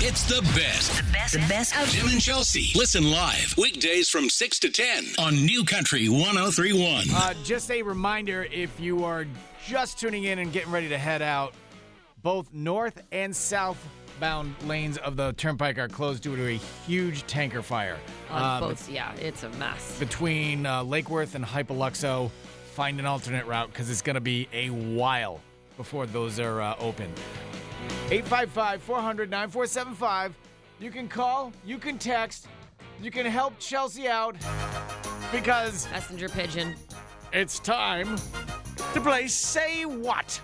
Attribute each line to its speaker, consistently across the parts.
Speaker 1: It's the best.
Speaker 2: The best, the best of
Speaker 1: Jim and Chelsea. Listen live weekdays from 6 to 10 on New Country 1031.
Speaker 3: Uh, just a reminder if you are just tuning in and getting ready to head out, both north and southbound lanes of the turnpike are closed due to a huge tanker fire
Speaker 4: on
Speaker 3: Um,
Speaker 4: both. Yeah, it's a mess.
Speaker 3: between uh, Lake Worth and Hypoluxo. Find an alternate route because it's going to be a while before those are uh, open. 855 400 9475. You can call, you can text, you can help Chelsea out because
Speaker 4: Messenger pigeon.
Speaker 3: it's time to play Say What.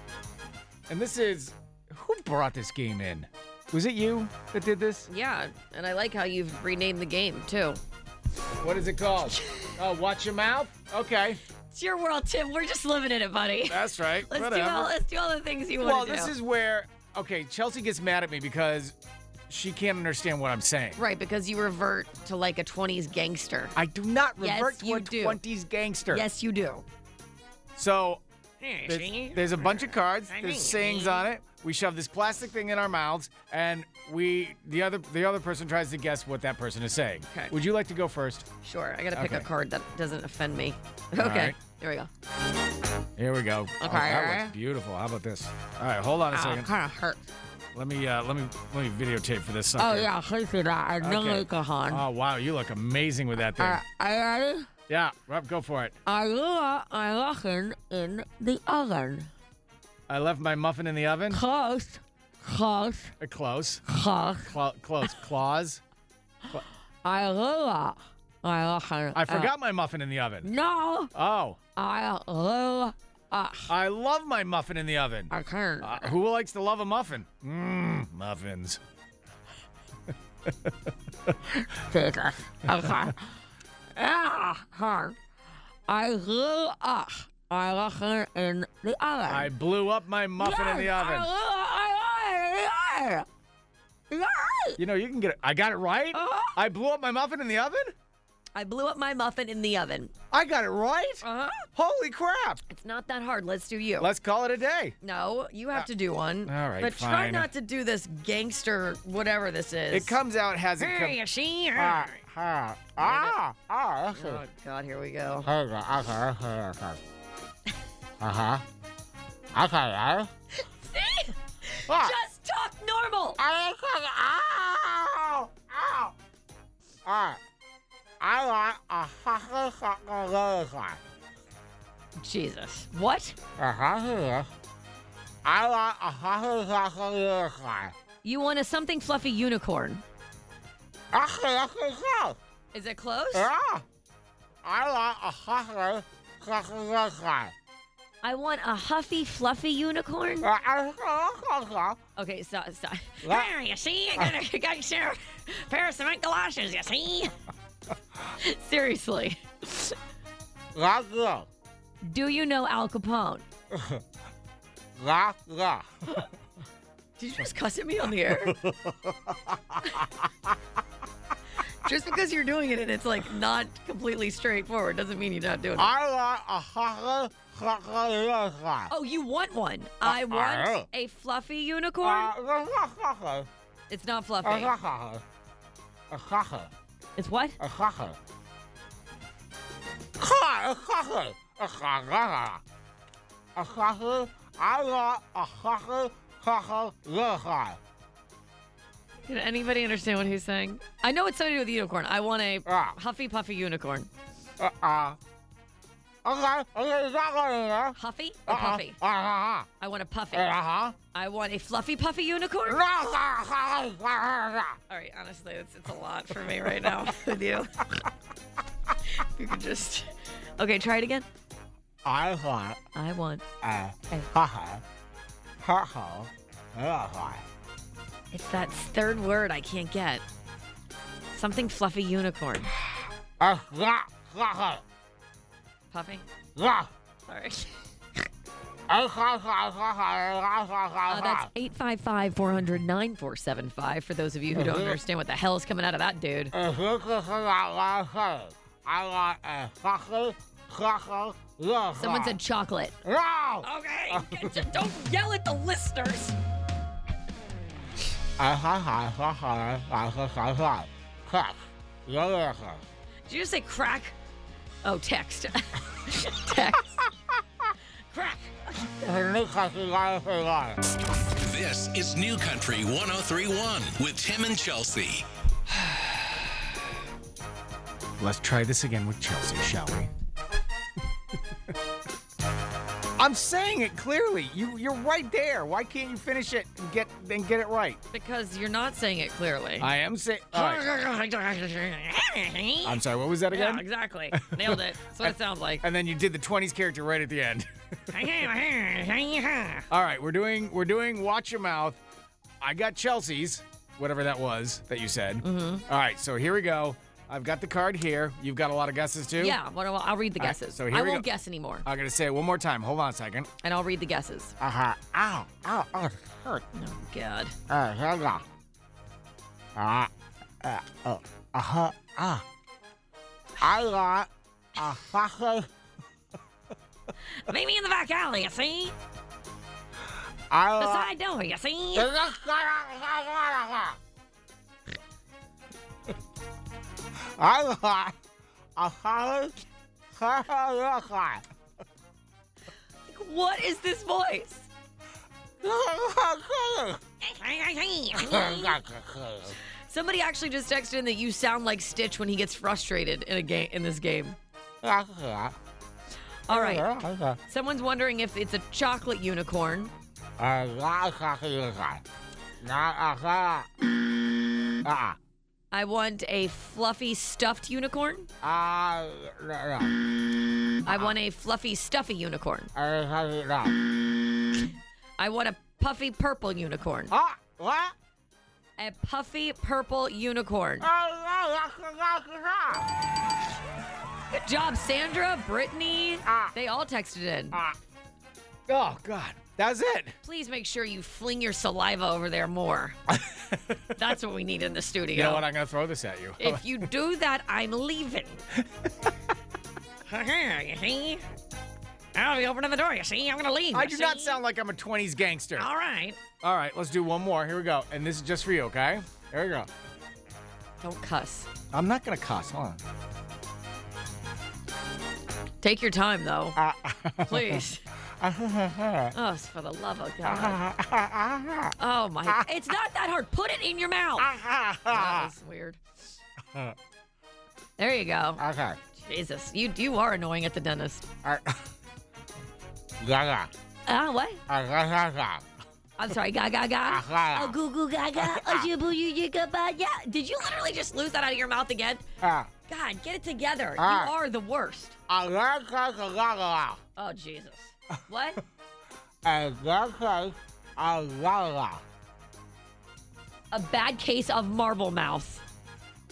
Speaker 3: And this is who brought this game in? Was it you that did this?
Speaker 4: Yeah, and I like how you've renamed the game too.
Speaker 3: What is it called? Oh, watch your mouth? Okay.
Speaker 4: It's your world, Tim. We're just living in it, buddy.
Speaker 3: That's right.
Speaker 4: Let's
Speaker 3: Whatever.
Speaker 4: do all. Let's do all the things you want
Speaker 3: well,
Speaker 4: to
Speaker 3: this
Speaker 4: do.
Speaker 3: is where okay, Chelsea gets mad at me because she can't understand what I'm saying.
Speaker 4: right because you revert to like a 20s gangster.
Speaker 3: I do not
Speaker 4: Yes,
Speaker 3: revert
Speaker 4: you
Speaker 3: to
Speaker 4: do.
Speaker 3: a 20s gangster.
Speaker 4: Yes, you do.
Speaker 3: So there's, there's a bunch of cards. There's sayings on it. We shove this plastic thing in our mouths, and we the other the other person tries to guess what that person is saying.
Speaker 4: Okay.
Speaker 3: Would you like to go first?
Speaker 4: Sure. I gotta pick
Speaker 3: Okay.
Speaker 4: a card that doesn't offend me.
Speaker 3: right.
Speaker 4: Okay. There we go.
Speaker 3: Here we go. Oh, that
Speaker 4: Okay.
Speaker 3: looks beautiful. How about this? All right, hold on a
Speaker 4: Oh,
Speaker 3: second.
Speaker 4: kind of hurt.
Speaker 3: Let me uh, let me let me videotape for this.
Speaker 4: Oh
Speaker 3: sucker.
Speaker 4: yeah, please do that. I don't
Speaker 3: Okay.
Speaker 4: like a hand.
Speaker 3: Oh wow, you look amazing with that thing.
Speaker 4: Uh, I ready?
Speaker 3: Yeah, Rob, go for it.
Speaker 4: I left my muffin in the oven.
Speaker 3: I left my muffin in the oven.
Speaker 4: Close, close,
Speaker 3: Uh, Close,
Speaker 4: close.
Speaker 3: Cl- close, claws.
Speaker 4: I left my muffin.
Speaker 3: I
Speaker 4: in-
Speaker 3: forgot my muffin in the oven.
Speaker 4: uh, No,
Speaker 3: Oh,
Speaker 4: I left. Uh,
Speaker 3: I love my muffin in the oven.
Speaker 4: I can't.
Speaker 3: Uh, who likes to love a muffin? Mmm, muffins.
Speaker 4: Jesus. Okay. yeah, hard. I blew up my muffin in the oven.
Speaker 3: I blew up my muffin in the
Speaker 4: Yes,
Speaker 3: oven.
Speaker 4: I blew up my muffin in the oven. Yes.
Speaker 3: You know, you can get it. I got it right?
Speaker 4: Uh-huh.
Speaker 3: I blew up my muffin in the oven?
Speaker 4: I blew up my muffin in the oven.
Speaker 3: I got it right?
Speaker 4: Uh-huh.
Speaker 3: Holy crap.
Speaker 4: It's not that hard. Let's do you.
Speaker 3: Let's call it a day.
Speaker 4: no, you have to do one.
Speaker 3: Uh, all right,
Speaker 4: But try
Speaker 3: fine.
Speaker 4: not to do this gangster whatever this is.
Speaker 3: It comes out, has it
Speaker 4: Hey,
Speaker 3: come.
Speaker 4: you see?
Speaker 3: Ah, ah, ah, ah, that's
Speaker 4: Oh
Speaker 3: it.
Speaker 4: God, here we go.
Speaker 3: Okay, okay, okay, okay. Uh-huh. Okay, uh,
Speaker 4: See?
Speaker 3: ah.
Speaker 4: Just talk normal.
Speaker 3: I like it. Ow! Ow! Alright. I want a hockey stick and go inside.
Speaker 4: Jesus. What?
Speaker 3: A hockey stick. Uh-huh, I want a hockey stick and go inside.
Speaker 4: You want a something fluffy unicorn?
Speaker 3: Okay, okay, go.
Speaker 4: Is it close?
Speaker 3: Yeah. I want a hockey stick and go inside.
Speaker 4: I want a huffy, fluffy unicorn.
Speaker 3: Uh, I think I like that.
Speaker 4: Okay, stop, stop.
Speaker 3: What?
Speaker 4: There, you see, I got, a, got your pair of cement galoshes. You see? Seriously,
Speaker 3: That's it.
Speaker 4: do you know Al Capone?
Speaker 3: That's it.
Speaker 4: Did you just cuss at me on the air? just because you're doing it and it's like not completely straightforward doesn't mean you're not doing it.
Speaker 3: I want a hockey stick and go inside.
Speaker 4: Oh, you want one? I want
Speaker 3: uh-uh.
Speaker 4: a fluffy unicorn.
Speaker 3: Uh, that's a hockey.
Speaker 4: It's not
Speaker 3: A
Speaker 4: fluffy.
Speaker 3: hockey. A hockey.
Speaker 4: It's what?
Speaker 3: A hockey. Hi, a hockey. A hockey. A hockey. I want a hockey, hockey, hockey.
Speaker 4: Did anybody understand what he's saying? I know it's something to do with unicorn. I want a
Speaker 3: Ah.
Speaker 4: huffy puffy unicorn.
Speaker 3: Uh, uh. Okay, okay, is that what it is?
Speaker 4: Huffy
Speaker 3: Uh,
Speaker 4: or
Speaker 3: uh,
Speaker 4: puffy?
Speaker 3: uh, uh,
Speaker 4: I want a puffy.
Speaker 3: uh, uh,
Speaker 4: I want a fluffy puffy unicorn.
Speaker 3: uh, uh, uh, uh, uh.
Speaker 4: All right, honestly, it's, it's a lot for me right now with you. you could just. Okay, try it again.
Speaker 3: I want
Speaker 4: I want
Speaker 3: a
Speaker 4: Hey.
Speaker 3: hockey, hockey, hockey.
Speaker 4: it's that third word I can't get. Something fluffy unicorn.
Speaker 3: A hockey.
Speaker 4: Puffy.
Speaker 3: Yeah.
Speaker 4: Sorry.
Speaker 3: A hockey, hockey,
Speaker 4: Uh,
Speaker 3: hockey.
Speaker 4: that's 855 400 9475 for those of you who don't
Speaker 3: Uh-huh.
Speaker 4: understand what the hell is coming out of that dude.
Speaker 3: If you can sing out one thing, I want a hockey, hockey, unicorn.
Speaker 4: Someone said chocolate.
Speaker 3: No!
Speaker 4: Okay, don't yell at the listeners.
Speaker 3: Ah, ha, ha, ha, ha, ah, ha, ha, ha. Cock. Yeah, yeah, ha.
Speaker 4: Did you just say crack? Oh, text. text. crack.
Speaker 3: Her new cock is on her line.
Speaker 1: This is New Country 1031 with Tim and Chelsea.
Speaker 3: Let's try this again with Chelsea, shall we? I'm saying it clearly. You you're right there. Why can't you finish it and get and get it right?
Speaker 4: Because you're not saying it clearly.
Speaker 3: I am saying. All right. I'm sorry. What was that
Speaker 4: yeah,
Speaker 3: again?
Speaker 4: exactly. Nailed it. That's what it sounds like.
Speaker 3: And then you did the 20s character right at the end. All right, we're doing we're doing watch your mouth. I got Chelsea's, whatever that was that you said. Mm-hmm. right, so here we go. I've got the card here. You've got a lot of guesses too.
Speaker 4: Yeah, what, I'll, I'll read the
Speaker 3: All right,
Speaker 4: guesses.
Speaker 3: so here
Speaker 4: I
Speaker 3: we
Speaker 4: won't
Speaker 3: go.
Speaker 4: guess anymore,
Speaker 3: I'm gonna say it one more time. Hold on a second.
Speaker 4: and I'll read the guesses.
Speaker 3: Aha! Ow! Ow! Ow! Hurt!
Speaker 4: Oh, God.
Speaker 3: Uh, hang on. Ah, uh, oh, uh huh, ah. I got a fucking,
Speaker 4: Meet me in the back alley, you see?
Speaker 3: I
Speaker 4: The
Speaker 3: got.
Speaker 4: side door, you see?
Speaker 3: I got a fucking,
Speaker 4: What is this voice? Somebody actually just texted in that you sound like Stitch when he gets frustrated in a game in this game. All
Speaker 3: Uh-huh.
Speaker 4: right. Someone's wondering if it's a chocolate unicorn. I want a fluffy stuffed unicorn. I want a fluffy stuffy unicorn. I want a puffy purple unicorn. A puffy purple unicorn. Good job, Sandra, Brittany. They all texted in.
Speaker 3: Oh God, that's it.
Speaker 4: Please make sure you fling your saliva over there more. That's what we need in the studio.
Speaker 3: You know what? I'm gonna throw this at you.
Speaker 4: if you do that, I'm leaving. you see? I'll be opening the door, Oh, you see? I'm going to leave.
Speaker 3: I
Speaker 4: you
Speaker 3: do not
Speaker 4: see?
Speaker 3: sound like I'm a 20s gangster.
Speaker 4: All right.
Speaker 3: All right, let's do one more. Here we go. And this is just for you, okay? Here we go.
Speaker 4: Don't cuss.
Speaker 3: I'm not gonna cuss. Hold on.
Speaker 4: Take your time, though.
Speaker 3: Ah.
Speaker 4: Please. oh, it's for the love of God.
Speaker 3: Ah.
Speaker 4: Oh, my. It's not that hard. Put it in your mouth. That was weird. There you go.
Speaker 3: okay.
Speaker 4: Jesus, you you are annoying at the dentist.
Speaker 3: All right. Gaga.
Speaker 4: Ah, what?
Speaker 3: Ah, gaga, gaga.
Speaker 4: I'm sorry, gaga ga.
Speaker 3: Ah.
Speaker 4: Oh, goo goo gaga. Oh, shibu yu yu ga ba ya. Did you literally just lose that out of your mouth again?
Speaker 3: Ah.
Speaker 4: God, get it together.
Speaker 3: Ah.
Speaker 4: You are the worst.
Speaker 3: Ah, gaga, gaga, gaga.
Speaker 4: Oh, Jesus. What?
Speaker 3: And gaga, ah, gaga.
Speaker 4: A bad case of marble mouth.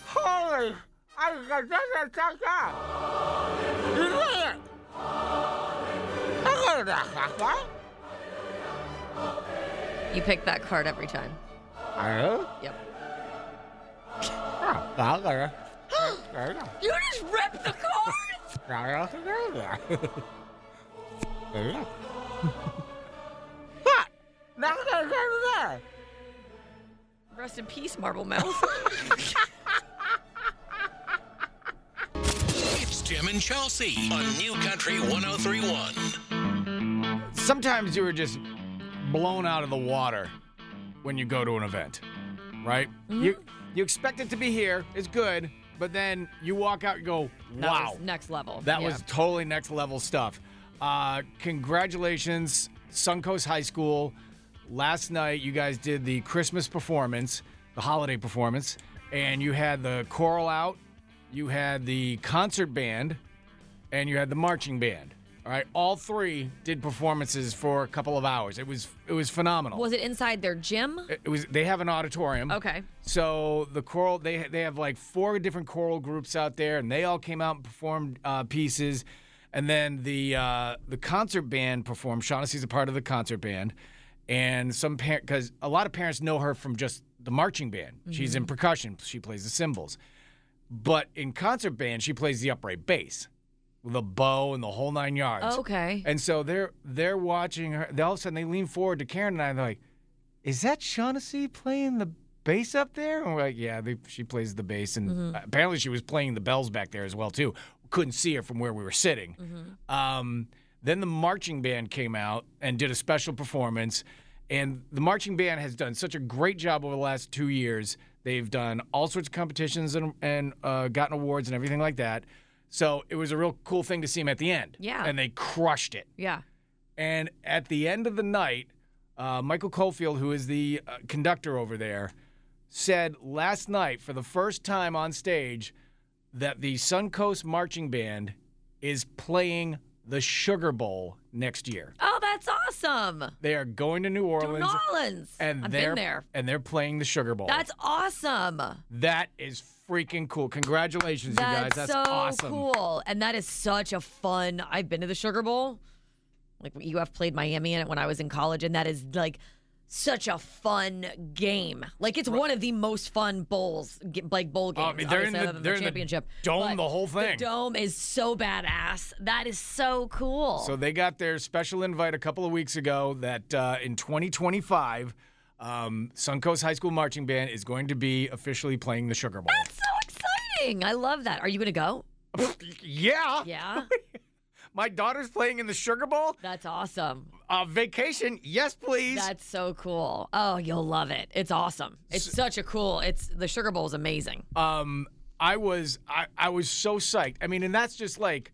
Speaker 3: Holy. I got this and that, that. You did it. I got that, that, that.
Speaker 4: You pick that card every time.
Speaker 3: Hello?
Speaker 4: Yep.
Speaker 3: Ah, gaga. Gaga.
Speaker 4: You just ripped the card. Rest in peace, marble mouth.
Speaker 1: It's Tim and Chelsea on New Country 1031.
Speaker 3: Sometimes you were just blown out of the water when you go to an event, right? You
Speaker 4: Mm-hmm.
Speaker 3: you expect it to be here, it's good, but then you walk out and go,
Speaker 4: That
Speaker 3: wow.
Speaker 4: was next level.
Speaker 3: That
Speaker 4: Yeah.
Speaker 3: was totally next level stuff. Uh, congratulations, Suncoast High School. Last night, you guys did the Christmas performance, the holiday performance, and you had the choral out, you had the concert band, and you had the marching band. All right, all three did performances for a couple of hours. It was it was phenomenal.
Speaker 4: Was it inside their gym?
Speaker 3: it it was they have an auditorium.
Speaker 4: Okay.
Speaker 3: So the choral, they they have like four different choral groups out there, and they all came out and performed uh, pieces. And then the uh, the concert band performed. Shaughnessy's a part of the concert band, and some parent because a lot of parents know her from just the marching band. She's in percussion. She plays the cymbals, but in concert band she plays the upright bass, with a bow and the whole nine yards.
Speaker 4: Oh, Okay.
Speaker 3: And so they're they're watching her. They, all of a sudden, they lean forward to Karen and I. And they're like, "Is that Shaughnessy playing the bass up there? And we're like, yeah, they, she plays the bass. And apparently she was playing the bells back there as well, too. Couldn't see her from where we were sitting. Um, then the marching band came out and did a special performance. And the marching band has done such a great job over the last two years. They've done all sorts of competitions and, and uh, gotten awards and everything like that. So it was a real cool thing to see them at the end.
Speaker 4: Yeah.
Speaker 3: And they crushed it.
Speaker 4: Yeah.
Speaker 3: And at the end of the night, uh, Michael Cofield, who is the uh, conductor over there, said last night for the first time on stage that the Suncoast Marching Band is playing the Sugar Bowl next year.
Speaker 4: Oh, that's awesome.
Speaker 3: They are going to New Orleans,
Speaker 4: New Orleans.
Speaker 3: and
Speaker 4: I've
Speaker 3: they're
Speaker 4: been there.
Speaker 3: and they're playing the Sugar Bowl.
Speaker 4: That's awesome.
Speaker 3: that is freaking cool. Congratulations, you guys. That's
Speaker 4: That's so
Speaker 3: awesome.
Speaker 4: cool. And that is such a fun. I've been to the Sugar Bowl. Like you have played Miami in it when I was in college, and that is like such a fun game. Like it's one of the most fun bowls, ge- like bowl games.
Speaker 3: Oh, I mean, they're in
Speaker 4: obviously,
Speaker 3: the-
Speaker 4: other than
Speaker 3: they're in the
Speaker 4: championship.
Speaker 3: dome,
Speaker 4: But
Speaker 3: the whole thing.
Speaker 4: The dome is so badass. That is so cool.
Speaker 3: So they got their special invite a couple of weeks ago that uh, in 2025, um, Suncoast High School Marching Band is going to be officially playing the Sugar Bowl.
Speaker 4: so exciting. I love that. Are you gonna go?
Speaker 3: yeah.
Speaker 4: Yeah,
Speaker 3: My daughter's playing in the Sugar Bowl.
Speaker 4: that's awesome.
Speaker 3: Uh, vacation, yes, please.
Speaker 4: That's so cool. Oh, you'll love it. It's awesome. It's such a cool. It's the Sugar Bowl is amazing.
Speaker 3: um, I was I, I was so psyched. I mean, and that's just like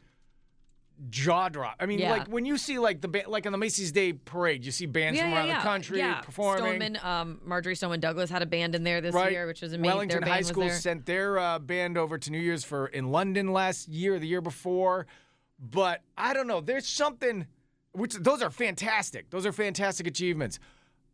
Speaker 3: jaw drop. I mean,
Speaker 4: Yeah.
Speaker 3: like when you see like the ba- like on the Macy's Day Parade, you see bands from around the country
Speaker 4: yeah.
Speaker 3: performing.
Speaker 4: Stoneman, um, Marjorie Stoneman Douglas had a band in there this
Speaker 3: right?
Speaker 4: year, which was amazing.
Speaker 3: Wellington
Speaker 4: Their band
Speaker 3: High
Speaker 4: was
Speaker 3: School
Speaker 4: there.
Speaker 3: sent their uh, band over to New Year's for in London last year, the year before. But I don't know. There's something, which those are fantastic. Those are fantastic achievements.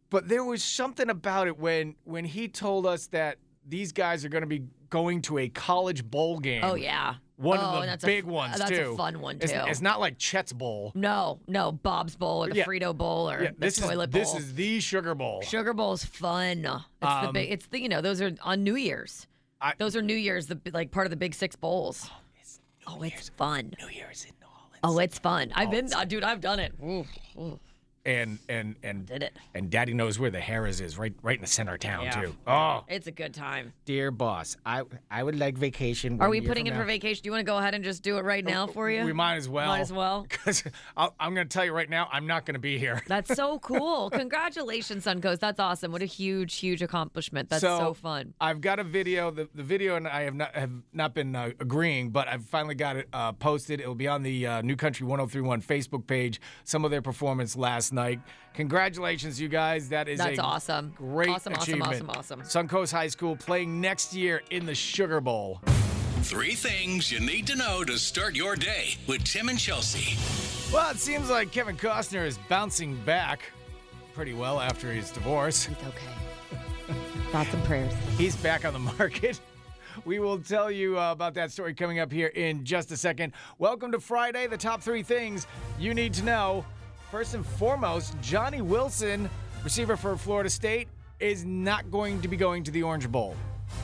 Speaker 3: But there was something about it when when he told us that these guys are going to be going to a college bowl game.
Speaker 4: Oh yeah,
Speaker 3: One
Speaker 4: Oh,
Speaker 3: of
Speaker 4: and
Speaker 3: the
Speaker 4: that's a
Speaker 3: big
Speaker 4: f-
Speaker 3: ones
Speaker 4: that's
Speaker 3: too.
Speaker 4: a fun one too.
Speaker 3: It's, it's not like Chet's Bowl.
Speaker 4: no, no, Bob's Bowl or the
Speaker 3: Yeah.
Speaker 4: Frito Bowl or
Speaker 3: Yeah,
Speaker 4: the
Speaker 3: this is
Speaker 4: Toilet Bowl.
Speaker 3: this is the Sugar Bowl.
Speaker 4: Sugar Bowl's fun. It's the big. It's the you know those are on New Year's.
Speaker 3: Um, I-
Speaker 4: those are New Year's the like part of the Big Six bowls. Oh, it's, fun.
Speaker 3: New Year's in New Orleans.
Speaker 4: Oh, it's fun. I've been, uh, dude. I've done it. Ooh, ooh,
Speaker 3: And and and
Speaker 4: did it.
Speaker 3: And Daddy knows where the Harris is, right, right in the center of town
Speaker 4: Yeah.
Speaker 3: too. Oh,
Speaker 4: It's a good time.
Speaker 3: dear boss, I I would like vacation.
Speaker 4: Are we putting in for vacation? Do you want to go ahead and just do it right now for you?
Speaker 3: We might as well.
Speaker 4: Might as well.
Speaker 3: Because I'm going to tell you right now, I'm not going to be here.
Speaker 4: That's so cool. Congratulations, Suncoast. That's awesome. What a huge, huge accomplishment. That's so, fun.
Speaker 3: I've got a video. The, the video and I have not have not been uh, agreeing, but I've finally got it uh, posted. It'll be on the uh, New Country 1031 Facebook page. Some of their performance last night. Congratulations, you guys. That is
Speaker 4: That's
Speaker 3: a
Speaker 4: awesome.
Speaker 3: Great
Speaker 4: Awesome, awesome,
Speaker 3: achievement.
Speaker 4: awesome, awesome.
Speaker 3: Suncoast High School playing next year in the Sugar Bowl.
Speaker 1: Three things you need to know to start your day with Tim and Chelsea.
Speaker 3: Well, it seems like Kevin Costner is bouncing back pretty well after his divorce.
Speaker 4: It's okay. Thoughts and prayers.
Speaker 3: He's back on the market. We will tell you uh, about that story coming up here in just a second. Welcome to Friday, the top three things you need to know. First and foremost, Johnny Wilson, receiver for Florida State, is not going to be going to the Orange Bowl.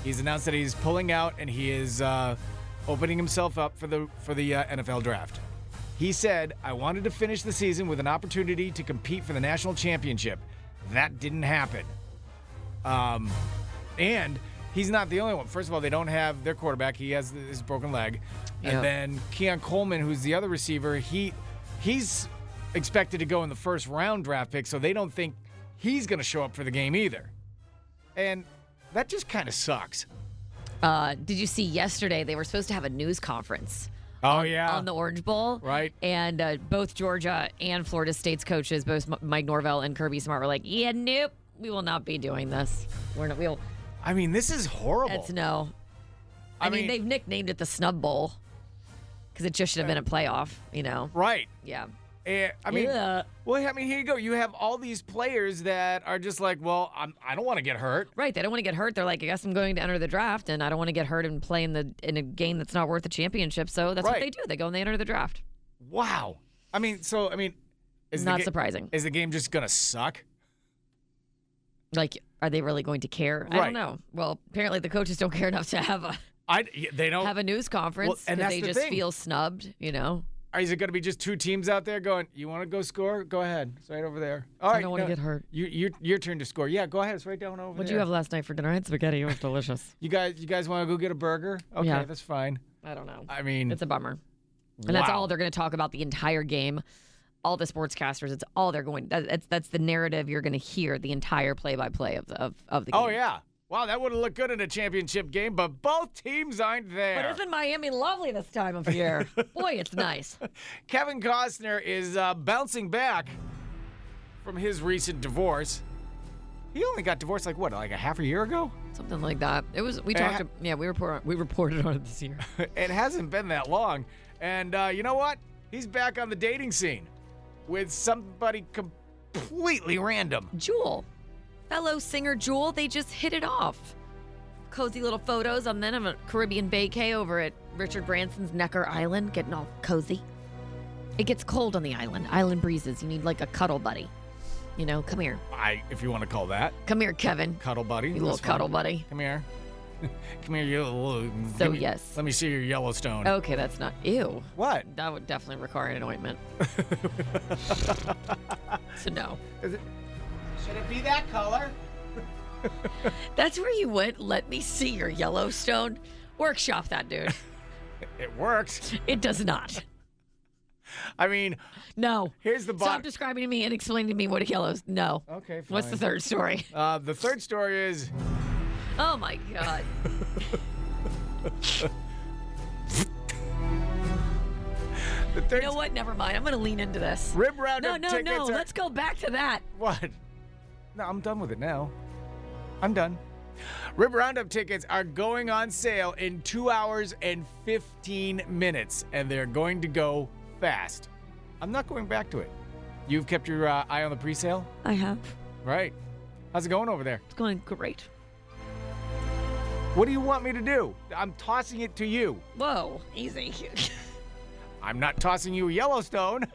Speaker 3: He's announced that he's pulling out and he is uh, opening himself up for the for the uh, NFL draft. He said, I wanted to finish the season with an opportunity to compete for the national championship. That didn't happen. Um, and he's not the only one. First of all, they don't have their quarterback. He has his broken leg.
Speaker 4: Yeah.
Speaker 3: And then Keon Coleman, who's the other receiver, he he's expected to go in the first round draft pick, so they don't think he's going to show up for the game either. And that just kind of sucks.
Speaker 4: Uh, did you see yesterday? They were supposed to have a news conference.
Speaker 3: Oh yeah.
Speaker 4: on the Orange Bowl.
Speaker 3: Right.
Speaker 4: And uh, both Georgia and Florida State's coaches, both M- Mike Norvell and Kirby Smart, were like, "Yeah, nope, we will not be doing this. We're not. We'll.
Speaker 3: I mean, this is horrible.
Speaker 4: That's no. I,
Speaker 3: I
Speaker 4: mean,
Speaker 3: mean-
Speaker 4: they've nicknamed it the Snub Bowl because it just should have been a playoff. You know.
Speaker 3: right.
Speaker 4: Yeah.
Speaker 3: Eh, I mean,
Speaker 4: Yeah.
Speaker 3: well, I mean, here you go. You have all these players that are just like, well, I'm, I don't want to get hurt.
Speaker 4: Right. They don't want to get hurt. They're like, I guess I'm going to enter the draft, and I don't want to get hurt and play in the in a game that's not worth a championship. So that's what
Speaker 3: Right.
Speaker 4: they do. They go and they enter the draft.
Speaker 3: Wow. I mean, so I mean, is the
Speaker 4: Not
Speaker 3: ga-
Speaker 4: surprising.
Speaker 3: Is the game just gonna suck?
Speaker 4: Like, are they really going to care? I
Speaker 3: Right.
Speaker 4: don't know. Well, apparently the coaches don't care enough to have a
Speaker 3: I they don't.
Speaker 4: have a news conference
Speaker 3: Well, and
Speaker 4: because
Speaker 3: that's
Speaker 4: they
Speaker 3: the
Speaker 4: just
Speaker 3: thing.
Speaker 4: feel snubbed, you know?
Speaker 3: Or is it going to be just two teams out there going, you want to go score? Go ahead. It's right over there. All right.
Speaker 4: don't wanna
Speaker 3: no,
Speaker 4: get hurt.
Speaker 3: You, you, your turn to score. Yeah, go ahead. It's right down over
Speaker 4: What did
Speaker 3: there.
Speaker 4: you have last night for dinner? I had spaghetti. It was delicious.
Speaker 3: You guys, you guys want to go get a burger? Okay,
Speaker 4: Yeah.
Speaker 3: that's fine.
Speaker 4: I don't know.
Speaker 3: I mean,
Speaker 4: It's a bummer. And that's
Speaker 3: Wow.
Speaker 4: all they're going to talk about the entire game. All the sportscasters, it's all they're going. That, that's that's the narrative you're going to hear the entire play-by-play of the of, of the game.
Speaker 3: oh yeah, wow, that would have looked good in a championship game, but both teams aren't there.
Speaker 4: But isn't Miami lovely this time of year? Boy, it's nice.
Speaker 3: Kevin Costner is uh, bouncing back from his recent divorce. He only got divorced like what, like a half a year ago?
Speaker 4: Something like that. It was. We
Speaker 3: Eh.
Speaker 4: talked. yeah, we report. We reported on it this year.
Speaker 3: it hasn't been that long. And uh, you know what? He's back on the dating scene with somebody completely random.
Speaker 4: Jewel, fellow singer Jewel, they just hit it off. Cozy little photos on then of a Caribbean vacay over at Richard Branson's Necker Island, getting all cozy. It gets cold on the island. Island breezes. You need like a cuddle buddy. You know, come here,
Speaker 3: I, if you want to call that,
Speaker 4: come here, Kevin.
Speaker 3: cuddle buddy.
Speaker 4: You little
Speaker 3: That's fine.
Speaker 4: cuddle buddy.
Speaker 3: Come here. Come here, you little. give
Speaker 4: So,
Speaker 3: me-
Speaker 4: yes. Oh.
Speaker 3: Let me see your Yellowstone.
Speaker 4: Okay, that's not ew.
Speaker 3: What?
Speaker 4: That would definitely require an ointment. so no.
Speaker 3: Should it be that color?
Speaker 4: That's where you went. Let me see your Yellowstone. Workshop that dude.
Speaker 3: It works.
Speaker 4: It does not.
Speaker 3: I mean,
Speaker 4: No.
Speaker 3: here's the
Speaker 4: Stop
Speaker 3: bottom.
Speaker 4: describing to me and explain to me what a yellow's. No.
Speaker 3: Okay,
Speaker 4: What's the
Speaker 3: fine.
Speaker 4: third story?
Speaker 3: Uh, the third story is
Speaker 4: Oh my god.
Speaker 3: the third.
Speaker 4: You know what? Never mind. I'm gonna lean into this.
Speaker 3: Rib round
Speaker 4: No,
Speaker 3: of
Speaker 4: no,
Speaker 3: tickets uh,
Speaker 4: no.
Speaker 3: are-
Speaker 4: Let's go back to that.
Speaker 3: What? No, I'm done with it now. I'm done. Rib Roundup tickets are going on sale in two hours and 15 minutes, and they're going to go fast. I'm not going back to it. You've kept your uh, eye on the pre sale?
Speaker 4: I have.
Speaker 3: Right. How's it going over there?
Speaker 4: It's going great.
Speaker 3: What do you want me to do? I'm tossing it to you.
Speaker 4: Whoa. Easy.
Speaker 3: I'm not tossing you Yellowstone.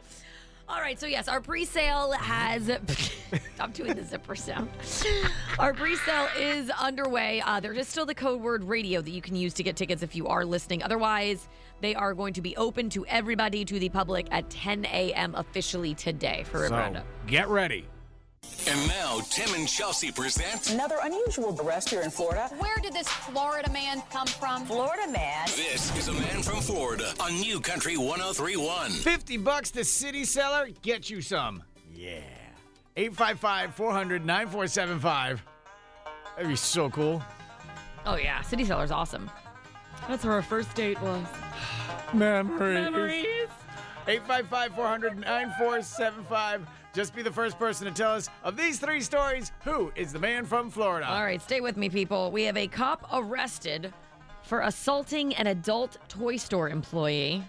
Speaker 4: All right, so yes, our pre-sale has. I'm doing the zipper sound. Our pre-sale is underway. Uh, there is still the code word radio that you can use to get tickets if you are listening. Otherwise, they are going to be open to everybody, to the public, at 10 a.m. officially today for Rib Roundup.
Speaker 3: get ready.
Speaker 1: And now, Tim and Chelsea present
Speaker 2: Another unusual arrest here in Florida.
Speaker 5: Where did this Florida man come from?
Speaker 2: Florida man.
Speaker 1: This is a Man from Florida on New Country 1031.
Speaker 3: 50 bucks to City Seller, get you some. Yeah. 855 400 9475. That'd be so cool.
Speaker 4: Oh yeah, City Seller's awesome. That's where our first date was.
Speaker 3: Memories.
Speaker 4: Memories.
Speaker 3: 855 400 9475. Just be the first person to tell us of these three stories who is the man from Florida?
Speaker 4: All right, stay with me, people. We have a cop arrested for assaulting an adult toy store employee.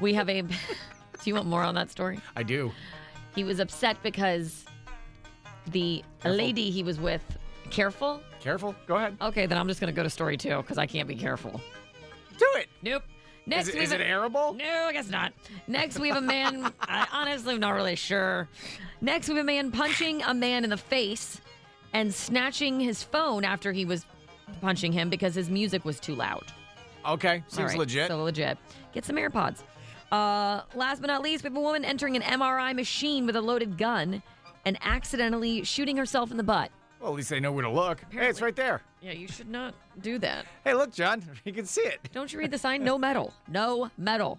Speaker 4: We have a. Do you want more on that story?
Speaker 3: I do.
Speaker 4: He was upset because the lady he was with. Careful?
Speaker 3: Careful. Go ahead.
Speaker 4: Okay, then I'm just going to go to story two because I can't be careful.
Speaker 3: Do it.
Speaker 4: Nope.
Speaker 3: Is
Speaker 4: Next,
Speaker 3: it,
Speaker 4: we
Speaker 3: is
Speaker 4: have
Speaker 3: it
Speaker 4: a-
Speaker 3: arable?
Speaker 4: No, I guess not. Next, we have a man. I honestly am not really sure. Next, we have a man punching a man in the face and snatching his phone after he was punching him because his music was too loud.
Speaker 3: Okay.
Speaker 4: All
Speaker 3: Seems
Speaker 4: right,
Speaker 3: legit.
Speaker 4: So legit. Get some AirPods. Uh, last but not least, we have a woman entering an MRI machine with a loaded gun and accidentally shooting herself in the butt.
Speaker 3: well, at least they know where to look. Hey, it's
Speaker 4: Apparently.
Speaker 3: right there.
Speaker 4: Yeah, you should not do that.
Speaker 3: Hey, look, John. You can see it.
Speaker 4: Don't you read the sign? No metal. No metal.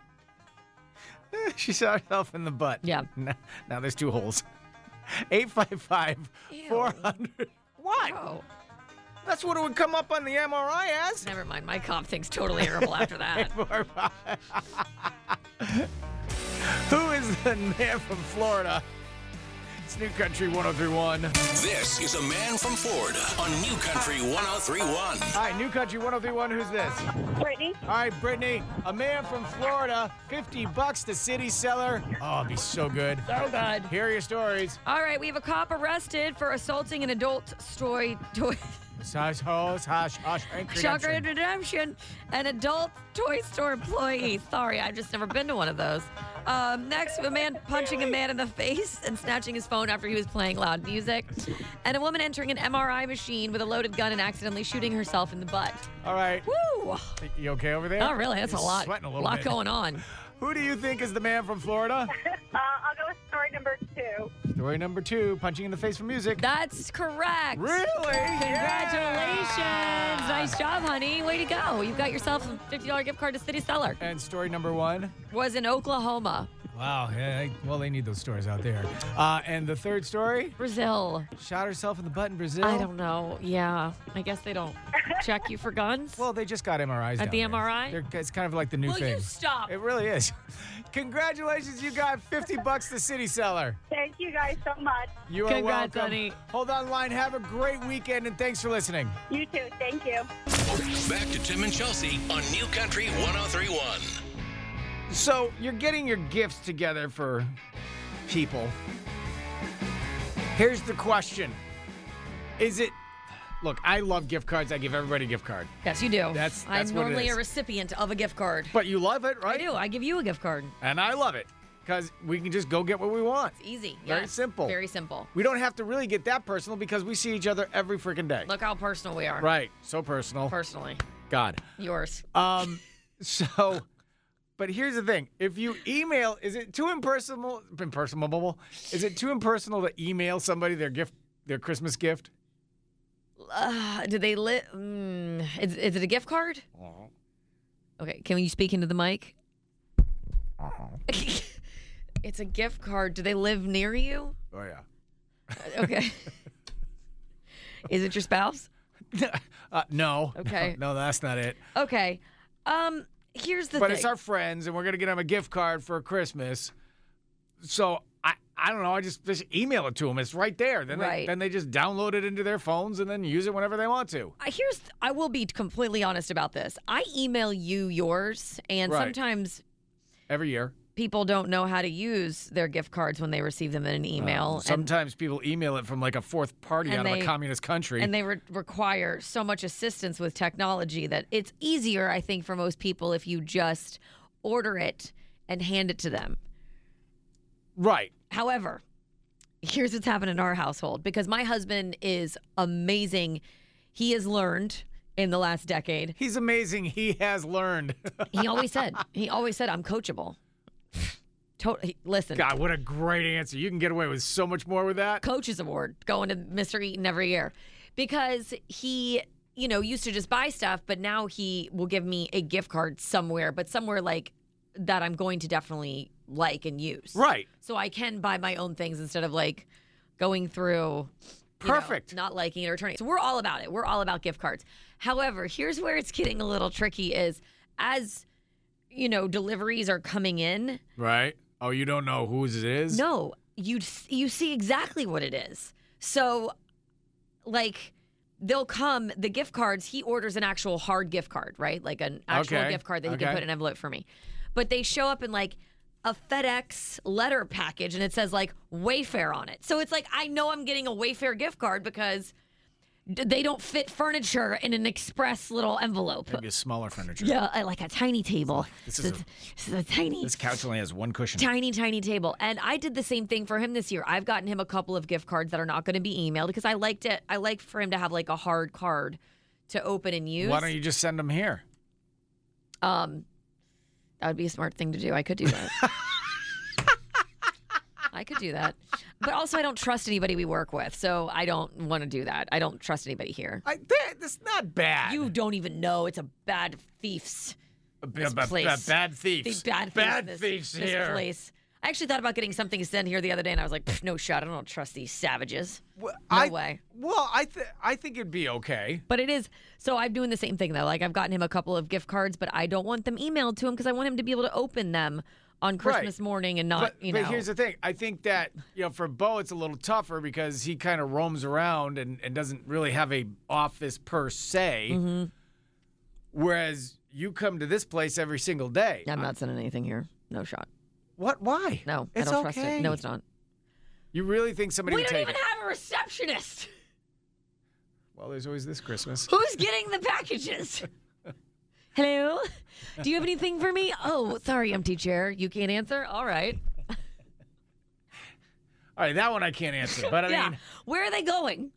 Speaker 3: she shot herself in the butt.
Speaker 4: Yeah.
Speaker 3: Now, now there's two holes. 855 400. What?
Speaker 4: Oh,
Speaker 3: That's what it would come up on the MRI as.
Speaker 4: never mind. My cop thinks totally terrible after that.
Speaker 3: 855. Who is the man from Florida? It's New Country 1031.
Speaker 1: This is a Man from Florida on New Country 1031.
Speaker 3: Hi, New Country 1031. Who's this?
Speaker 6: Brittany,
Speaker 3: All right, Brittany. A man from Florida. 50 bucks to City Seller. Oh, it'd be so good.
Speaker 4: Oh God.
Speaker 3: Here are your stories.
Speaker 4: All right, we have a cop arrested for assaulting an adult toy toy
Speaker 3: Hush, hush, hush, hush, and
Speaker 4: shocker
Speaker 3: redemption.
Speaker 4: and redemption, an adult toy store employee. Sorry, I've just never been to one of those. Um, next, a man punching a man in the face and snatching his phone after he was playing loud music, and a woman entering an MRI machine with a loaded gun and accidentally shooting herself in the butt.
Speaker 3: All right.
Speaker 4: Woo!
Speaker 3: You okay over there?
Speaker 7: Oh,
Speaker 4: Not really. That's a
Speaker 3: You're
Speaker 4: lot.
Speaker 3: Sweating a little
Speaker 4: lot
Speaker 3: bit.
Speaker 4: going on.
Speaker 3: Who do you think is the man from Florida?
Speaker 6: Uh, I'll go with story number two.
Speaker 3: Story number two, punching in the face for music.
Speaker 7: That's correct.
Speaker 3: Really?
Speaker 7: Congratulations.
Speaker 3: Yeah.
Speaker 7: Nice job, honey. Way to go. You've got yourself a $50 gift card to City Cellar.
Speaker 3: And story number one.
Speaker 7: Was in Oklahoma,
Speaker 3: Wow. yeah, I- well, they need those stories out there. Uh, and the third story,
Speaker 7: Brazil.
Speaker 3: shot herself in the butt in Brazil.
Speaker 7: I don't know. Yeah. I guess they don't check you for guns.
Speaker 3: Well, they just got MRIs.
Speaker 7: At the
Speaker 3: down there.
Speaker 7: MRI?
Speaker 3: They're- it's kind of like the new
Speaker 7: Will you
Speaker 3: thing.
Speaker 7: stop?
Speaker 3: It really is. Congratulations, you got 50 bucks to City Seller.
Speaker 6: Thank you guys so much.
Speaker 3: You are
Speaker 7: Congrats,
Speaker 3: welcome.
Speaker 7: honey.
Speaker 3: Hold on line. Have a great weekend, and thanks for listening.
Speaker 6: You too. Thank you.
Speaker 1: Back to Tim and Chelsea on New Country 1031.
Speaker 3: So you're getting your gifts together for people. Here's the question: Is it? Look, I love gift cards. I give everybody a gift card.
Speaker 7: Yes, you do.
Speaker 3: That's- that's
Speaker 7: I'm
Speaker 3: what it
Speaker 7: normally
Speaker 3: is.
Speaker 7: a recipient of a gift card.
Speaker 3: But you love it,
Speaker 7: I
Speaker 3: right?
Speaker 7: do. I give you a gift card.
Speaker 3: And I love it because we can just go get what we want.
Speaker 7: Easy.
Speaker 3: Very
Speaker 7: Yes.
Speaker 3: simple.
Speaker 7: Very simple.
Speaker 3: We don't have to really get that personal because we see each other every freaking day.
Speaker 7: Look how personal we are.
Speaker 3: Right. So personal.
Speaker 7: Personally,
Speaker 3: God.
Speaker 7: yours.
Speaker 3: Um, so, but here's the thing: if you email, is it too impersonal? Impersonable? Is it too impersonal to email somebody their gift, their Christmas gift?
Speaker 7: Uh, do they lit? Mm, is, is it a gift card?
Speaker 3: Uh-huh.
Speaker 7: Okay. Can you speak into the mic?
Speaker 3: Uh-huh.
Speaker 7: it's a gift card. Do they live near you?
Speaker 3: Oh yeah.
Speaker 7: Okay. is it your spouse?
Speaker 3: Uh, no.
Speaker 7: Okay.
Speaker 3: No, that's not it.
Speaker 7: Okay. Um. Here's the
Speaker 3: But
Speaker 7: thing.
Speaker 3: it's our friends, and we're gonna get them a gift card for Christmas. So I, I don't know. I just just email it to them. It's right there. Then they,
Speaker 7: Right.
Speaker 3: then they just download it into their phones and then use it whenever they want to.
Speaker 7: I- here's I will be completely honest about this. I email you yours, and
Speaker 3: Right.
Speaker 7: sometimes
Speaker 3: Every year.
Speaker 7: people don't know how to use their gift cards when they receive them in an email, and,
Speaker 3: Sometimes people email it from like a fourth party
Speaker 7: And
Speaker 3: out of a
Speaker 7: they-
Speaker 3: communist country.
Speaker 7: and they re- require so much assistance with technology that it's easier, I think, for most people if you just order it and hand it to them.
Speaker 3: right.
Speaker 7: However, here's what's happened in our household because my husband is amazing. He has learned in the last decade
Speaker 3: He's amazing. He has learned.
Speaker 7: He always said, he always said, I'm coachable. Totally. Listen,
Speaker 3: God, what a great answer. You can get away with so much more with that.
Speaker 7: coach's award going to Mr. Eaton every year because he, you know, used to just buy stuff, but now he will give me a gift card somewhere, but somewhere like that I'm going to definitely like and use.
Speaker 3: Right.
Speaker 7: So I can buy my own things instead of like going through. you know,
Speaker 3: Perfect.
Speaker 7: not liking it or returning. it. So we're all about it. We're all about gift cards. However, here's where it's getting a little tricky is as you know, deliveries are coming in.
Speaker 3: Right. Oh, you don't know whose it is?
Speaker 7: No, you you see exactly what it is. So, like, they'll come the gift cards. He orders an actual hard gift card, right? Like an actual
Speaker 3: Okay,
Speaker 7: gift card that he can
Speaker 3: okay.
Speaker 7: put in an envelope for me. But they show up in like a FedEx letter package, and it says like Wayfair on it. So it's like I know I'm getting a Wayfair gift card because d- they don't fit furniture in an express little envelope.
Speaker 3: Maybe it's smaller furniture.
Speaker 7: Yeah, I like a tiny table.
Speaker 3: This
Speaker 7: This
Speaker 3: is
Speaker 7: is, this is a tiny
Speaker 3: This couch only has one cushion.
Speaker 7: tiny, tiny table. And I did the same thing for him this year. I've gotten him a couple of gift cards that are not going to be emailed because I liked it. I like for him to have like a hard card to open and use.
Speaker 3: Why don't you just send them here?
Speaker 7: Um, that would be a smart thing to do. I could do that. I could do that. But also, I don't trust anybody we work with. So I don't want to do that. I don't trust anybody here.
Speaker 3: I, that, that's not bad.
Speaker 7: You don't even know. It's a bad thief's.
Speaker 3: B-
Speaker 7: this
Speaker 3: b- b-
Speaker 7: place.
Speaker 3: bad
Speaker 7: The
Speaker 3: thieves.
Speaker 7: bad thieves, in this,
Speaker 3: thieves
Speaker 7: this
Speaker 3: here.
Speaker 7: place. I actually thought about getting something sent here the other day, and I was like, "Pff, no shot. I don't trust these savages.
Speaker 3: Well,
Speaker 7: No
Speaker 3: I,
Speaker 7: way.
Speaker 3: Well, I, th- I think it'd be okay.
Speaker 7: But it is so I'm doing the same thing though. Like I've gotten him a couple of gift cards, but I don't want them emailed to him because I want him to be able to open them on Christmas morning and not,
Speaker 3: But,
Speaker 7: you
Speaker 3: but
Speaker 7: know.
Speaker 3: here's the thing. I think that you know for Bo it's a little tougher because he kind of roams around and, and doesn't really have a office per se.
Speaker 7: Mm-hmm.
Speaker 3: Whereas you come to this place every single day.
Speaker 7: I'm not sending anything here. No shot.
Speaker 3: What? Why?
Speaker 7: No,
Speaker 3: it's
Speaker 7: I don't
Speaker 3: okay.
Speaker 7: trust it. No, it's not.
Speaker 3: You really think somebody
Speaker 7: we
Speaker 3: would
Speaker 7: don't
Speaker 3: take
Speaker 7: even
Speaker 3: it?
Speaker 7: have a receptionist.
Speaker 3: well, there's always this Christmas.
Speaker 7: Who's getting the packages? Hello? Do you have anything for me? Oh, sorry, empty chair. You can't answer? All right.
Speaker 3: All right, that one I can't answer. But I
Speaker 7: yeah.
Speaker 3: mean,
Speaker 7: Where are they going?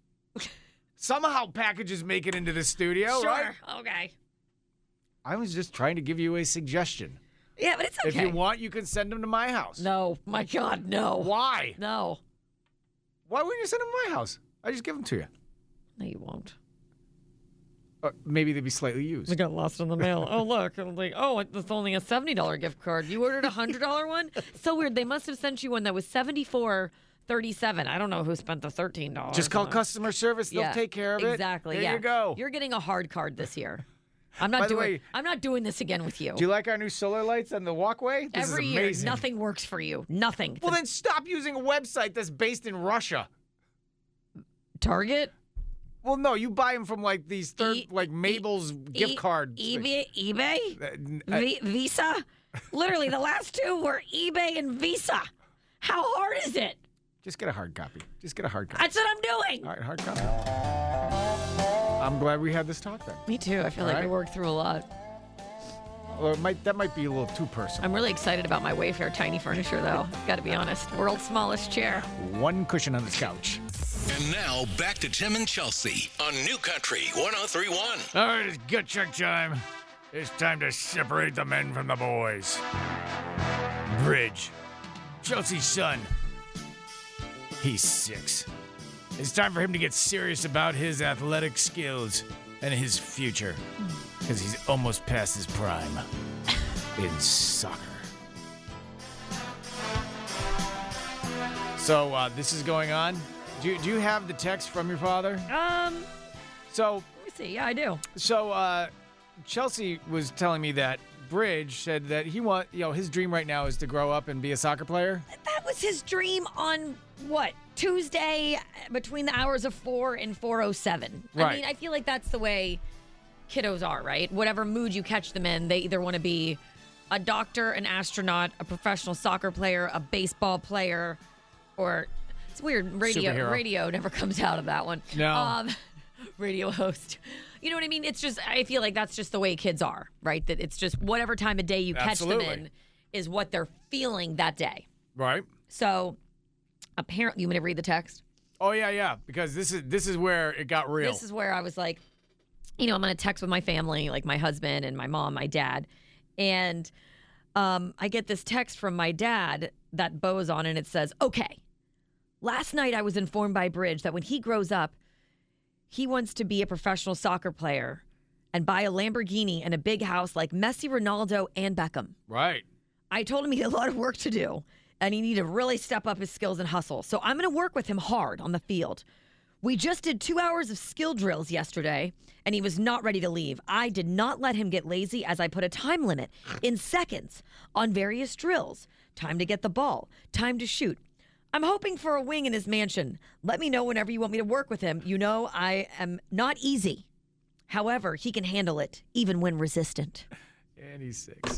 Speaker 3: somehow packages make it into the studio,
Speaker 7: sure.
Speaker 3: Oh, right?
Speaker 7: Okay.
Speaker 3: I was just trying to give you a suggestion.
Speaker 7: Yeah, but it's okay.
Speaker 3: If you want, you can send them to my house.
Speaker 7: No, my God, no.
Speaker 3: Why?
Speaker 7: No.
Speaker 3: Why wouldn't you send them to my house? I just give them to you.
Speaker 7: No, you won't.
Speaker 3: Or maybe they'd be slightly used.
Speaker 7: It got lost in the mail. Oh, look. I'm like, oh, it's only a $70 gift card. You ordered a $100 one? So weird. They must have sent you one that was $74.37. I don't know who spent the $13.
Speaker 3: Just call
Speaker 7: on it.
Speaker 3: customer service; they'll
Speaker 7: Yeah,
Speaker 3: take care of it.
Speaker 7: Exactly.
Speaker 3: There
Speaker 7: yeah.
Speaker 3: you go.
Speaker 7: You're getting a hard card this year. I'm not
Speaker 3: By the
Speaker 7: doing
Speaker 3: way-
Speaker 7: I'm not doing this again with you.
Speaker 3: Do you like our new solar lights on the walkway? This
Speaker 7: Every
Speaker 3: is
Speaker 7: year
Speaker 3: amazing.
Speaker 7: nothing works for you. Nothing.
Speaker 3: Well, then stop using a website that's based in Russia.
Speaker 7: Target
Speaker 3: Well, no, you buy them from like these third,
Speaker 7: E-
Speaker 3: like Mabel's gift
Speaker 7: E-
Speaker 3: card. thing.
Speaker 7: eBay, eBay,
Speaker 3: Uh, n- uh,
Speaker 7: v- Visa. Literally, the last two were eBay and Visa. How hard is it?
Speaker 3: just get a hard copy. Just get a hard copy.
Speaker 7: That's what I'm doing.
Speaker 3: All right, hard copy. I'm glad we had this talk then.
Speaker 7: Me too. I feel
Speaker 3: All
Speaker 7: like
Speaker 3: right.
Speaker 7: we worked through a lot.
Speaker 3: Although it might, that might be a little too personal.
Speaker 7: I'm really excited about my Wayfair tiny furniture, though. Got to be honest. World's smallest chair.
Speaker 3: One cushion on this couch.
Speaker 1: And now back to Tim and Chelsea on New Country 1031.
Speaker 3: All right, it's gut check time. It's time to separate the men from the boys. Bridge, Chelsea's son. He's six. It's time for him to get serious about his athletic skills and his future because he's almost past his prime in soccer. So, uh, this is going on. Do, do you have the text from your father?
Speaker 7: Um,
Speaker 3: So,
Speaker 7: let me see. Yeah, I do.
Speaker 3: so uh, Chelsea was telling me that Bridge said that he want you know his dream right now is to grow up and be a soccer player.
Speaker 7: That was his dream on what Tuesday between the hours of four and four oh seven. I
Speaker 3: Right.
Speaker 7: mean, I feel like that's the way kiddos are, right? Whatever mood you catch them in, they either want to be a doctor, an astronaut, a professional soccer player, a baseball player, or it's weird. Radio
Speaker 3: Superhero.
Speaker 7: radio never comes out of that one. Um,
Speaker 3: No.
Speaker 7: radio host. You know what I mean? It's just I feel like that's just the way kids are, right? That it's just whatever time of day you catch
Speaker 3: Absolutely.
Speaker 7: them in is what they're feeling that day.
Speaker 3: Right.
Speaker 7: So apparently, you want me to read the text?
Speaker 3: Oh yeah, yeah. Because this is this is where it got real.
Speaker 7: This is where I was like, you know, I'm on a text with my family, like my husband and my mom, my dad. And um, I get this text from my dad that Bo's on, and it says, okay, last night I was informed by Bridge that when he grows up, he wants to be a professional soccer player and buy a Lamborghini and a big house like Messi, Ronaldo, and Beckham.
Speaker 3: right.
Speaker 7: I told him he had a lot of work to do and he needed to really step up his skills and hustle. So I'm going to work with him hard on the field. We just did two hours of skill drills yesterday and he was not ready to leave. I did not let him get lazy as I put a time limit in seconds on various drills time to get the ball, time to shoot. I'm hoping for a wing in his mansion. Let me know whenever you want me to work with him. You know, I am not easy. However, he can handle it even when resistant.
Speaker 3: And he's six.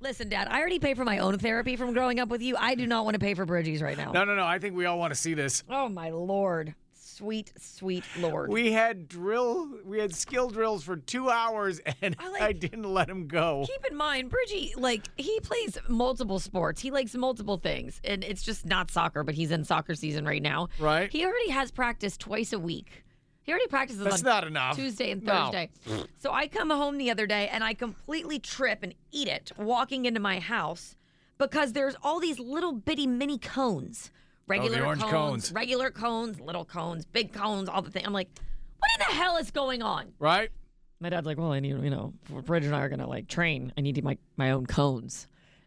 Speaker 7: Listen, Dad, I already pay for my own therapy from growing up with you. I do not want to pay for Bridgie's right now.
Speaker 3: No, no, no. I think we all want to see this.
Speaker 7: Oh, my Lord. Sweet, sweet Lord.
Speaker 3: We had drill. We had skill drills for two hours, and I,
Speaker 7: I like-
Speaker 3: didn't let him go.
Speaker 7: Keep in mind, Bridgie, like, he plays multiple sports. He likes multiple things. And it's just not soccer, but he's in soccer season right now.
Speaker 3: Right.
Speaker 7: He already has practice twice a week. He already practices
Speaker 3: That's
Speaker 7: on
Speaker 3: not enough.
Speaker 7: Tuesday and
Speaker 3: No.
Speaker 7: Thursday. So I come home the other day and I completely trip and eat it walking into my house because there's all these little bitty mini cones. Regular
Speaker 3: Oh, orange cones.
Speaker 7: regular cones, little cones, big cones, all the thing. I'm like, what in the hell is going on?
Speaker 3: Right.
Speaker 7: My dad's like, well, I need, you know, Bridge and I are gonna like train. I need my my own cones,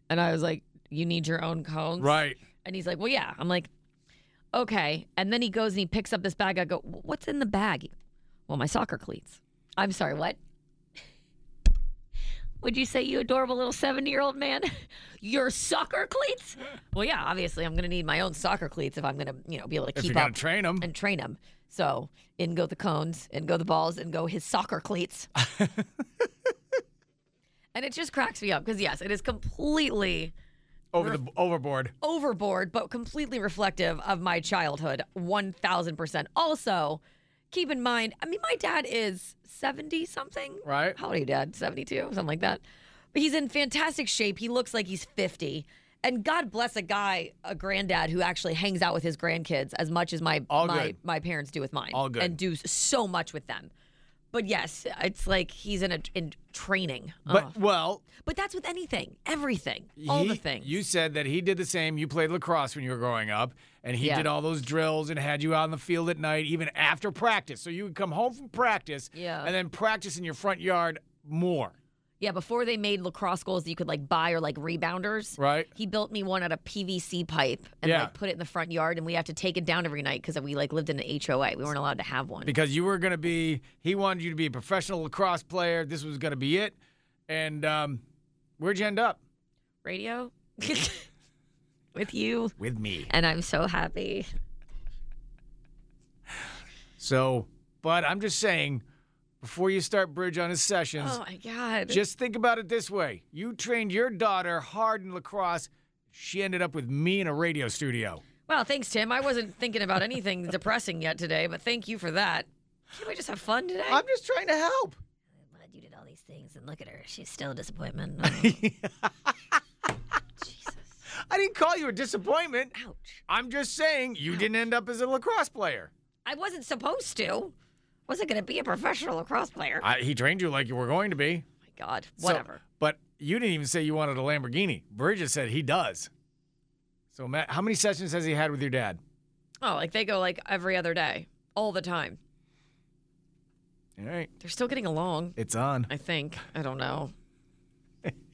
Speaker 7: and I was like, you need your own cones,
Speaker 3: Right.
Speaker 7: and he's like, "Well, yeah." I'm like, "Okay." And then he goes and he picks up this bag. I go, "What's in the bag?" He- Well, my soccer cleats. I'm sorry, what? Would you say you adorable little 70 year old man? Your soccer cleats? Well, yeah. Obviously, I'm going to need my own soccer cleats if I'm going to, you know, be able to
Speaker 3: If
Speaker 7: keep
Speaker 3: you're gonna
Speaker 7: up
Speaker 3: train him.
Speaker 7: and train him. So in go the cones, in go the balls, and go his soccer cleats. and it just cracks me up because yes, it is completely
Speaker 3: over the overboard.
Speaker 7: overboard, but completely reflective of my childhood, 1000%. Also, keep in mind, I mean, my dad is 70 something.
Speaker 3: Right.
Speaker 7: How old are you, Dad? 72, something like that. But he's in fantastic shape. He looks like he's 50. And God bless a guy, a granddad who actually hangs out with his grandkids as much as my
Speaker 3: All
Speaker 7: my,
Speaker 3: good.
Speaker 7: my parents do with mine.
Speaker 3: All good.
Speaker 7: And do so much with them.
Speaker 4: But yes, it's like he's in a in training.
Speaker 3: But
Speaker 7: Uh,
Speaker 4: Oh.
Speaker 3: well,
Speaker 4: but that's with anything, everything, all the
Speaker 3: he-
Speaker 4: things.
Speaker 3: You said that he did the same. You played lacrosse when you were growing up, and he
Speaker 4: Yeah.
Speaker 3: did all those drills and had you out on the field at night, even after practice. So you would come home from practice,
Speaker 4: Yeah.
Speaker 3: and then practice in your front yard more.
Speaker 4: yeah, before they made lacrosse goals that you could like buy or like rebounders.
Speaker 3: Right.
Speaker 4: He built me one out of PVC pipe and
Speaker 3: Yeah.
Speaker 4: like put it in the front yard, and we had to take it down every night because we like lived in an HOA. We weren't allowed to have one.
Speaker 3: because you were going to be he wanted you to be a professional lacrosse player this was going to be it and um, where'd you end up
Speaker 4: Radio with you,
Speaker 3: with me
Speaker 4: and I'm so happy.
Speaker 3: so but i'm just saying before you start bridge on his sessions
Speaker 4: Oh my god.
Speaker 3: just think about it this way you trained your daughter hard in lacrosse she ended up with me in a radio studio
Speaker 4: Well, thanks, Tim. I wasn't thinking about anything depressing yet today, but thank you for that. Can we just have fun today?
Speaker 3: i'm just trying to help
Speaker 4: glad you did all these things, and look at her. She's still a disappointment.
Speaker 3: i didn't call you a disappointment
Speaker 4: Ouch.
Speaker 3: i'm just saying you didn't end up as a lacrosse player
Speaker 4: I wasn't supposed to. Wasn't going to be a professional lacrosse player.
Speaker 3: I, he trained you like you were going to be
Speaker 4: my God.
Speaker 3: So-
Speaker 4: Whatever.
Speaker 3: but you didn't even say you wanted a Lamborghini. Bridget said he does. So Matt, how many sessions has he had with your dad?
Speaker 4: oh, like they go like every other day, all the time.
Speaker 3: All right,
Speaker 4: They're still getting along,
Speaker 3: it's on.
Speaker 4: I think. I don't know.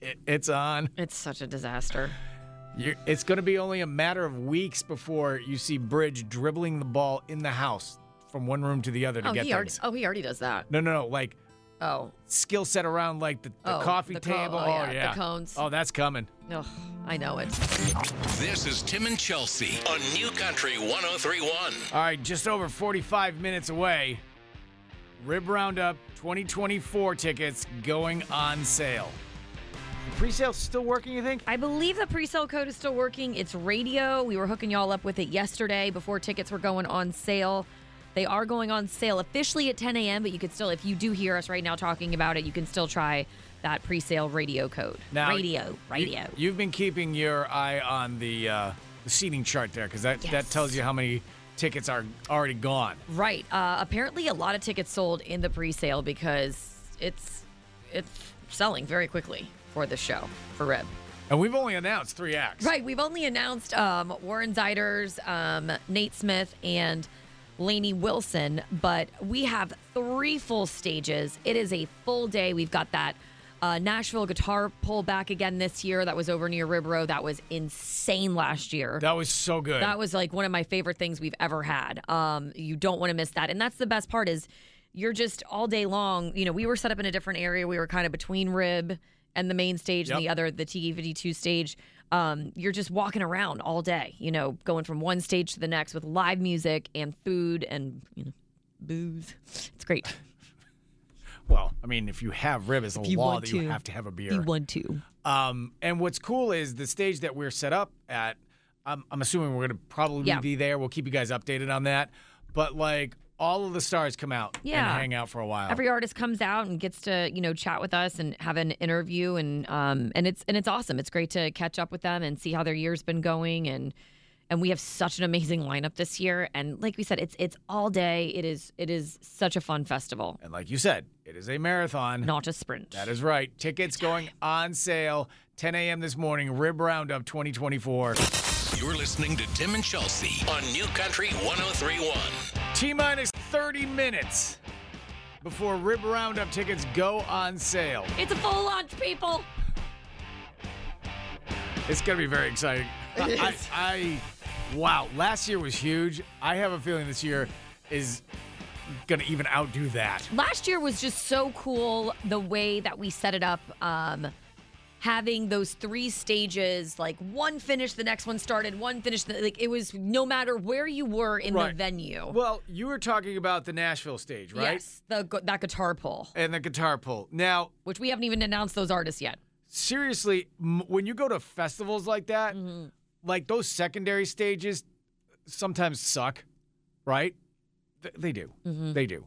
Speaker 3: It- it's on.
Speaker 4: It's such a disaster.
Speaker 3: You're, it's going to be only a matter of weeks before you see Bridge dribbling the ball in the house from one room to the other to
Speaker 4: Oh
Speaker 3: get
Speaker 4: he, already,
Speaker 3: things.
Speaker 4: oh, he already does that.
Speaker 3: No, no, no. Like
Speaker 4: Oh,
Speaker 3: skill set around like the, the
Speaker 4: Oh,
Speaker 3: coffee
Speaker 4: the co-
Speaker 3: table.
Speaker 4: oh, yeah, the cones.
Speaker 3: Oh, that's coming.
Speaker 4: no, I know it.
Speaker 1: This is Tim and Chelsea on New Country 1031.
Speaker 3: All right, just over 45 minutes away. Rib Roundup 2024 tickets going on sale. The pre-sale still working, you think?
Speaker 4: I believe the pre-sale code is still working. It's radio. We were hooking y'all up with it yesterday before tickets were going on sale. They are going on sale officially at 10 a.m., but you could still, if you do hear us right now talking about it, you can still try that pre-sale radio code. radio, radio.
Speaker 3: You, have been keeping your eye on the, uh, the seating chart there because that, that
Speaker 4: Yes.
Speaker 3: tells you how many tickets are already gone.
Speaker 4: right. Uh, apparently, a lot of tickets sold in the pre-sale because it's it's selling very quickly for the show for Rib.
Speaker 3: And we've only announced three acts.
Speaker 4: Right. We've only announced um, Warren Ziders, um, Nate Smith, and Lainey Wilson, but we have three full stages. It is a full day. We've got that uh, Nashville guitar pull back again this year. That was over near Ribro. That was insane last year.
Speaker 3: That was so good.
Speaker 4: That was like one of my favorite things we've ever had. Um, you don't want to miss that, and that's the best part is you're just all day long. You know, we were set up in a different area. We were kind of between rib and the main stage, and the
Speaker 3: Yep.
Speaker 4: other the T52 stage. Um, you're just walking around all day. You know, going from one stage to the next with live music and food and you know booze. It's great.
Speaker 3: well, I mean, if you have rib, it's a
Speaker 4: you
Speaker 3: law
Speaker 4: want
Speaker 3: that you
Speaker 4: to.
Speaker 3: have to have a beer.
Speaker 4: You want to?
Speaker 3: Um, and what's cool is the stage that we're set up at. I'm, I'm assuming we're going to probably
Speaker 4: Yeah.
Speaker 3: be there. We'll keep you guys updated on that. But like all of the stars come out
Speaker 4: Yeah.
Speaker 3: and hang out for a while.
Speaker 4: Every artist comes out and gets to you know chat with us and have an interview and um and it's and it's awesome. It's great to catch up with them and see how their year's been going and and we have such an amazing lineup this year. And like we said, it's it's all day. It is it is such a fun festival,
Speaker 3: and like you said, it is a marathon.
Speaker 4: not a sprint.
Speaker 3: That is right. Tickets going on sale 10 a.m. this morning. Rib Roundup 2024.
Speaker 1: You're listening to Tim and Chelsea on New Country 1031.
Speaker 3: T minus 30 minutes before Rib Roundup tickets go on sale.
Speaker 4: it's a full launch, people.
Speaker 3: It's going to be very exciting. I, I, I- wow, last year was huge. I have a feeling this year is going to even outdo that.
Speaker 4: last year was just so cool the way that we set it up um having those three stages like one finished the next one started one finished the, like it was no matter where you were in
Speaker 3: Right.
Speaker 4: the venue
Speaker 3: Well, you were talking about the Nashville stage, right?
Speaker 4: yes the gu- that guitar pull
Speaker 3: And the guitar pull. Now,
Speaker 4: which we haven't even announced those artists yet
Speaker 3: seriously, m- when you go to festivals like that,
Speaker 4: Mm-hmm.
Speaker 3: like those secondary stages sometimes
Speaker 4: Mm-hmm.
Speaker 3: suck, right? Th- they do. They do.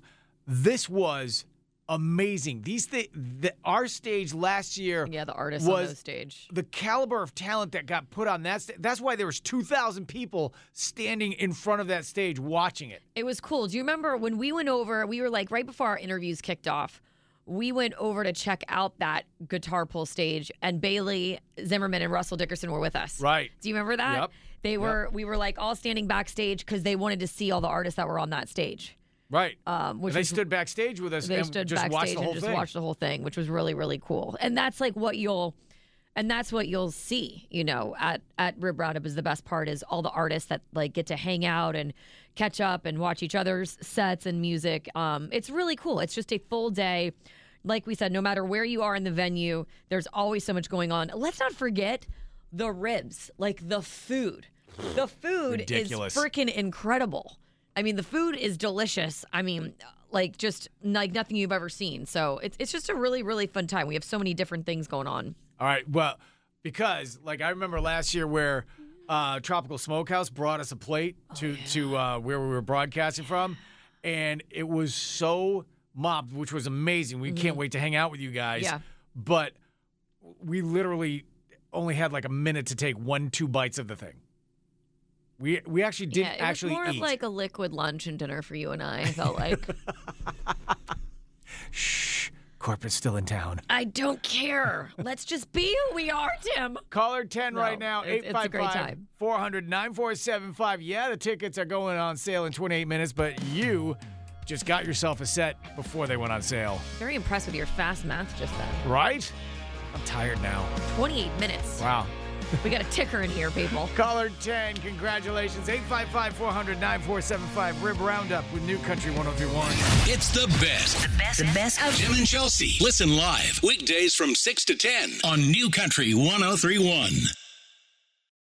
Speaker 3: This was amazing. These thi- the, our stage last year
Speaker 4: Yeah, the artists on
Speaker 3: was
Speaker 4: the stage.
Speaker 3: the caliber of talent that got put on that sta- that's why there was 2000 people standing in front of that stage watching it.
Speaker 4: It was cool. Do you remember when we went over? We were like right before our interviews kicked off. We went over to check out that guitar pull stage, and Bailey Zimmerman and Russell Dickerson were with us.
Speaker 3: Right.
Speaker 4: Do you remember that?
Speaker 3: Yep.
Speaker 4: They were. We were like all standing backstage because they wanted to see all the artists that were on that stage.
Speaker 3: Right.
Speaker 4: Um, which
Speaker 3: they
Speaker 4: is-
Speaker 3: stood backstage with us
Speaker 4: They
Speaker 3: and
Speaker 4: stood
Speaker 3: just watched
Speaker 4: backstage
Speaker 3: the whole
Speaker 4: and just
Speaker 3: thing.
Speaker 4: watched the whole thing, which was really really cool. And that's like what you'll, and that's what you'll see, you know, at at Rib Roundup is the best part is all the artists that like get to hang out and catch up and watch each other's sets and music. Um, it's really cool. It's just a full day. Like we said, no matter where you are in the venue, there's always so much going on. Let's not forget the ribs, like the food. The food
Speaker 3: Ridiculous.
Speaker 4: is freaking incredible. I mean, the food is delicious. I mean, like just like nothing you've ever seen. So it's it's just a really really fun time. We have so many different things going on.
Speaker 3: All right. Well, because like I remember last year where uh, Tropical Smokehouse brought us a plate
Speaker 4: Oh,
Speaker 3: to to uh, where we were broadcasting from, and it was so mobbed, which was amazing. We can't wait to hang out with you guys.
Speaker 4: Mm-hmm. Yeah.
Speaker 3: But we literally only had like a minute to take one two bites of the thing. We we actually didn't
Speaker 4: it
Speaker 3: actually
Speaker 4: was more
Speaker 3: eat.
Speaker 4: of like a liquid lunch and dinner for you and I. I felt like
Speaker 3: Shh, corporate's still in town.
Speaker 4: I don't care. Let's just be who we are, Tim.
Speaker 3: Caller 10 right
Speaker 4: No,
Speaker 3: now,
Speaker 4: it's- it's a great
Speaker 3: 855
Speaker 4: time.
Speaker 3: 400 9475. Yeah, the tickets are going on sale in 28 minutes, but you just got yourself a set before they went on sale,
Speaker 4: Very impressed with your fast math just then.
Speaker 3: right? I'm tired now.
Speaker 4: 28 minutes.
Speaker 3: Wow.
Speaker 4: We got a ticker in here, people.
Speaker 3: Caller 10, congratulations. 855 400 9475. Rib Roundup with New Country 1031.
Speaker 1: It's the best.
Speaker 2: The best of
Speaker 1: Tim oh and Chelsea. Listen live weekdays from 6 to 10 on New Country 1031.